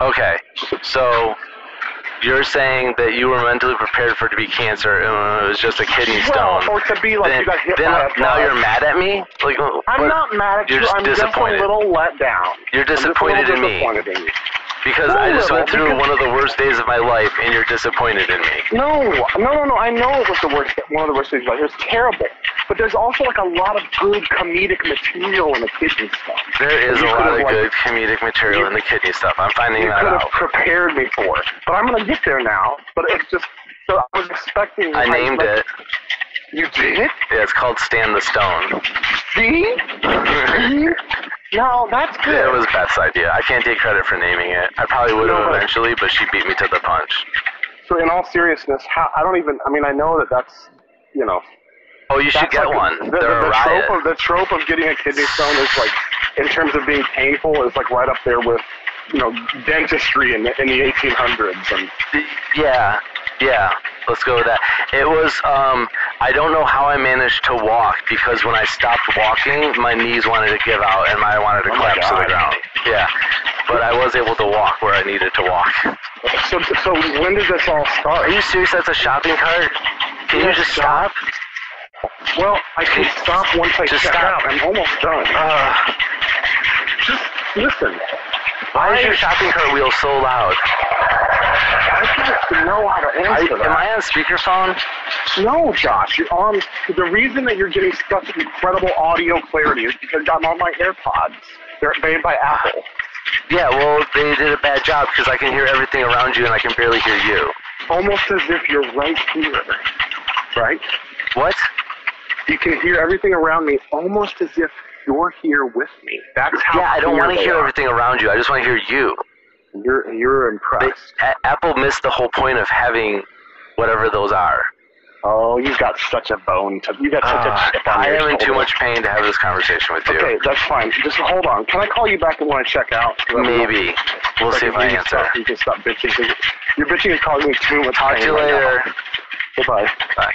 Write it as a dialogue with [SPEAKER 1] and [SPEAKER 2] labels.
[SPEAKER 1] Okay, so you're saying that you were mentally prepared for it to be cancer and it was just a kidney
[SPEAKER 2] Well,
[SPEAKER 1] stone.
[SPEAKER 2] or to be like
[SPEAKER 1] then
[SPEAKER 2] you got hit
[SPEAKER 1] then
[SPEAKER 2] by a
[SPEAKER 1] now
[SPEAKER 2] bus.
[SPEAKER 1] you're mad at me? Like what-
[SPEAKER 2] I'm not mad at
[SPEAKER 1] you're
[SPEAKER 2] you.
[SPEAKER 1] just
[SPEAKER 2] I'm
[SPEAKER 1] disappointed.
[SPEAKER 2] just a little let down.
[SPEAKER 1] You're
[SPEAKER 2] I'm just a little
[SPEAKER 1] disappointed in me.
[SPEAKER 2] disappointed in you.
[SPEAKER 1] because
[SPEAKER 2] No,
[SPEAKER 1] I just went
[SPEAKER 2] little,
[SPEAKER 1] through
[SPEAKER 2] because-
[SPEAKER 1] one of the worst days of my life and you're disappointed in me.
[SPEAKER 2] No, no, no, no. I know it was the worst, one of the worst things about it. It was terrible. But there's also like a lot of good comedic material in the kitchen stuff.
[SPEAKER 1] There is a
[SPEAKER 2] You
[SPEAKER 1] lot
[SPEAKER 2] could've,
[SPEAKER 1] of
[SPEAKER 2] like-
[SPEAKER 1] good comedic material in the kidney stuff. I'm finding
[SPEAKER 2] You
[SPEAKER 1] that
[SPEAKER 2] could
[SPEAKER 1] out.
[SPEAKER 2] have prepared me for it. But I'm gonna get there now. But it's just so I was expecting.
[SPEAKER 1] I named
[SPEAKER 2] like,
[SPEAKER 1] it.
[SPEAKER 2] You did?
[SPEAKER 1] Yeah, it's called Stand the Stone.
[SPEAKER 2] See? See? No, that's good.
[SPEAKER 1] It was Beth's idea. I can't take credit for naming it. I probably would have
[SPEAKER 2] No, but-
[SPEAKER 1] eventually, but she beat me to the punch.
[SPEAKER 2] So in all seriousness, how, I don't even. I mean, I know that that's you know.
[SPEAKER 1] Oh, you should
[SPEAKER 2] that's
[SPEAKER 1] get
[SPEAKER 2] like a-
[SPEAKER 1] one.
[SPEAKER 2] The, the,
[SPEAKER 1] They're
[SPEAKER 2] the
[SPEAKER 1] a riot.
[SPEAKER 2] trope of the trope of getting a kidney stone is like, in terms of being painful, is like right up there with you know dentistry in the in the 1800s. And
[SPEAKER 1] Yeah, yeah. Let's go with that. It was. Um, I don't know how I managed to walk because when I stopped walking, my knees wanted to give out and I wanted to
[SPEAKER 2] Oh my
[SPEAKER 1] collapse to the
[SPEAKER 2] God.
[SPEAKER 1] ground. Yeah, but I was able to walk where I needed to walk.
[SPEAKER 2] so so when did this
[SPEAKER 1] Oh,
[SPEAKER 2] all
[SPEAKER 1] Are
[SPEAKER 2] start?
[SPEAKER 1] you serious? That's a shopping cart. Can you
[SPEAKER 2] Yeah,
[SPEAKER 1] just
[SPEAKER 2] stop.
[SPEAKER 1] stop?
[SPEAKER 2] Well, I can stop once I
[SPEAKER 1] Just
[SPEAKER 2] check
[SPEAKER 1] stop.
[SPEAKER 2] out. I'm almost done. Uh,
[SPEAKER 1] Uh,
[SPEAKER 2] just listen.
[SPEAKER 1] why is your shopping cart wheel so loud?
[SPEAKER 2] I don't know how to
[SPEAKER 1] Are,
[SPEAKER 2] answer
[SPEAKER 1] am
[SPEAKER 2] that.
[SPEAKER 1] I on speakerphone?
[SPEAKER 2] No, Josh, you're on. The reason that you're getting such incredible audio clarity is because I'm on my AirPods. They're made by Apple.
[SPEAKER 1] Yeah. Well, they did a bad job because I can hear everything around you and I can barely hear you.
[SPEAKER 2] Almost as if you're right here, right?
[SPEAKER 1] What?
[SPEAKER 2] You can hear everything around me, almost as if you're here with me. That's how.
[SPEAKER 1] Yeah, I don't
[SPEAKER 2] clear
[SPEAKER 1] want to
[SPEAKER 2] they
[SPEAKER 1] hear
[SPEAKER 2] are.
[SPEAKER 1] everything around you. I just want to hear you.
[SPEAKER 2] You're you're
[SPEAKER 1] They,
[SPEAKER 2] impressed.
[SPEAKER 1] A- Apple missed the whole point of having whatever those are.
[SPEAKER 2] Oh, you've got such a bone to. You got such
[SPEAKER 1] Ah,
[SPEAKER 2] a chip on
[SPEAKER 1] I
[SPEAKER 2] your
[SPEAKER 1] am in too
[SPEAKER 2] shoulder.
[SPEAKER 1] much pain to have this conversation with you.
[SPEAKER 2] Okay, that's fine. Just hold on. Can I call you back when I check out? 'Cause I'm-
[SPEAKER 1] Maybe. We'll
[SPEAKER 2] Like,
[SPEAKER 1] see if I
[SPEAKER 2] you can
[SPEAKER 1] answer.
[SPEAKER 2] stop- You can stop bitching. You're bitching is causing me too much
[SPEAKER 1] Talk to
[SPEAKER 2] pain
[SPEAKER 1] you
[SPEAKER 2] right now.
[SPEAKER 1] later.
[SPEAKER 2] Goodbye.
[SPEAKER 1] Bye.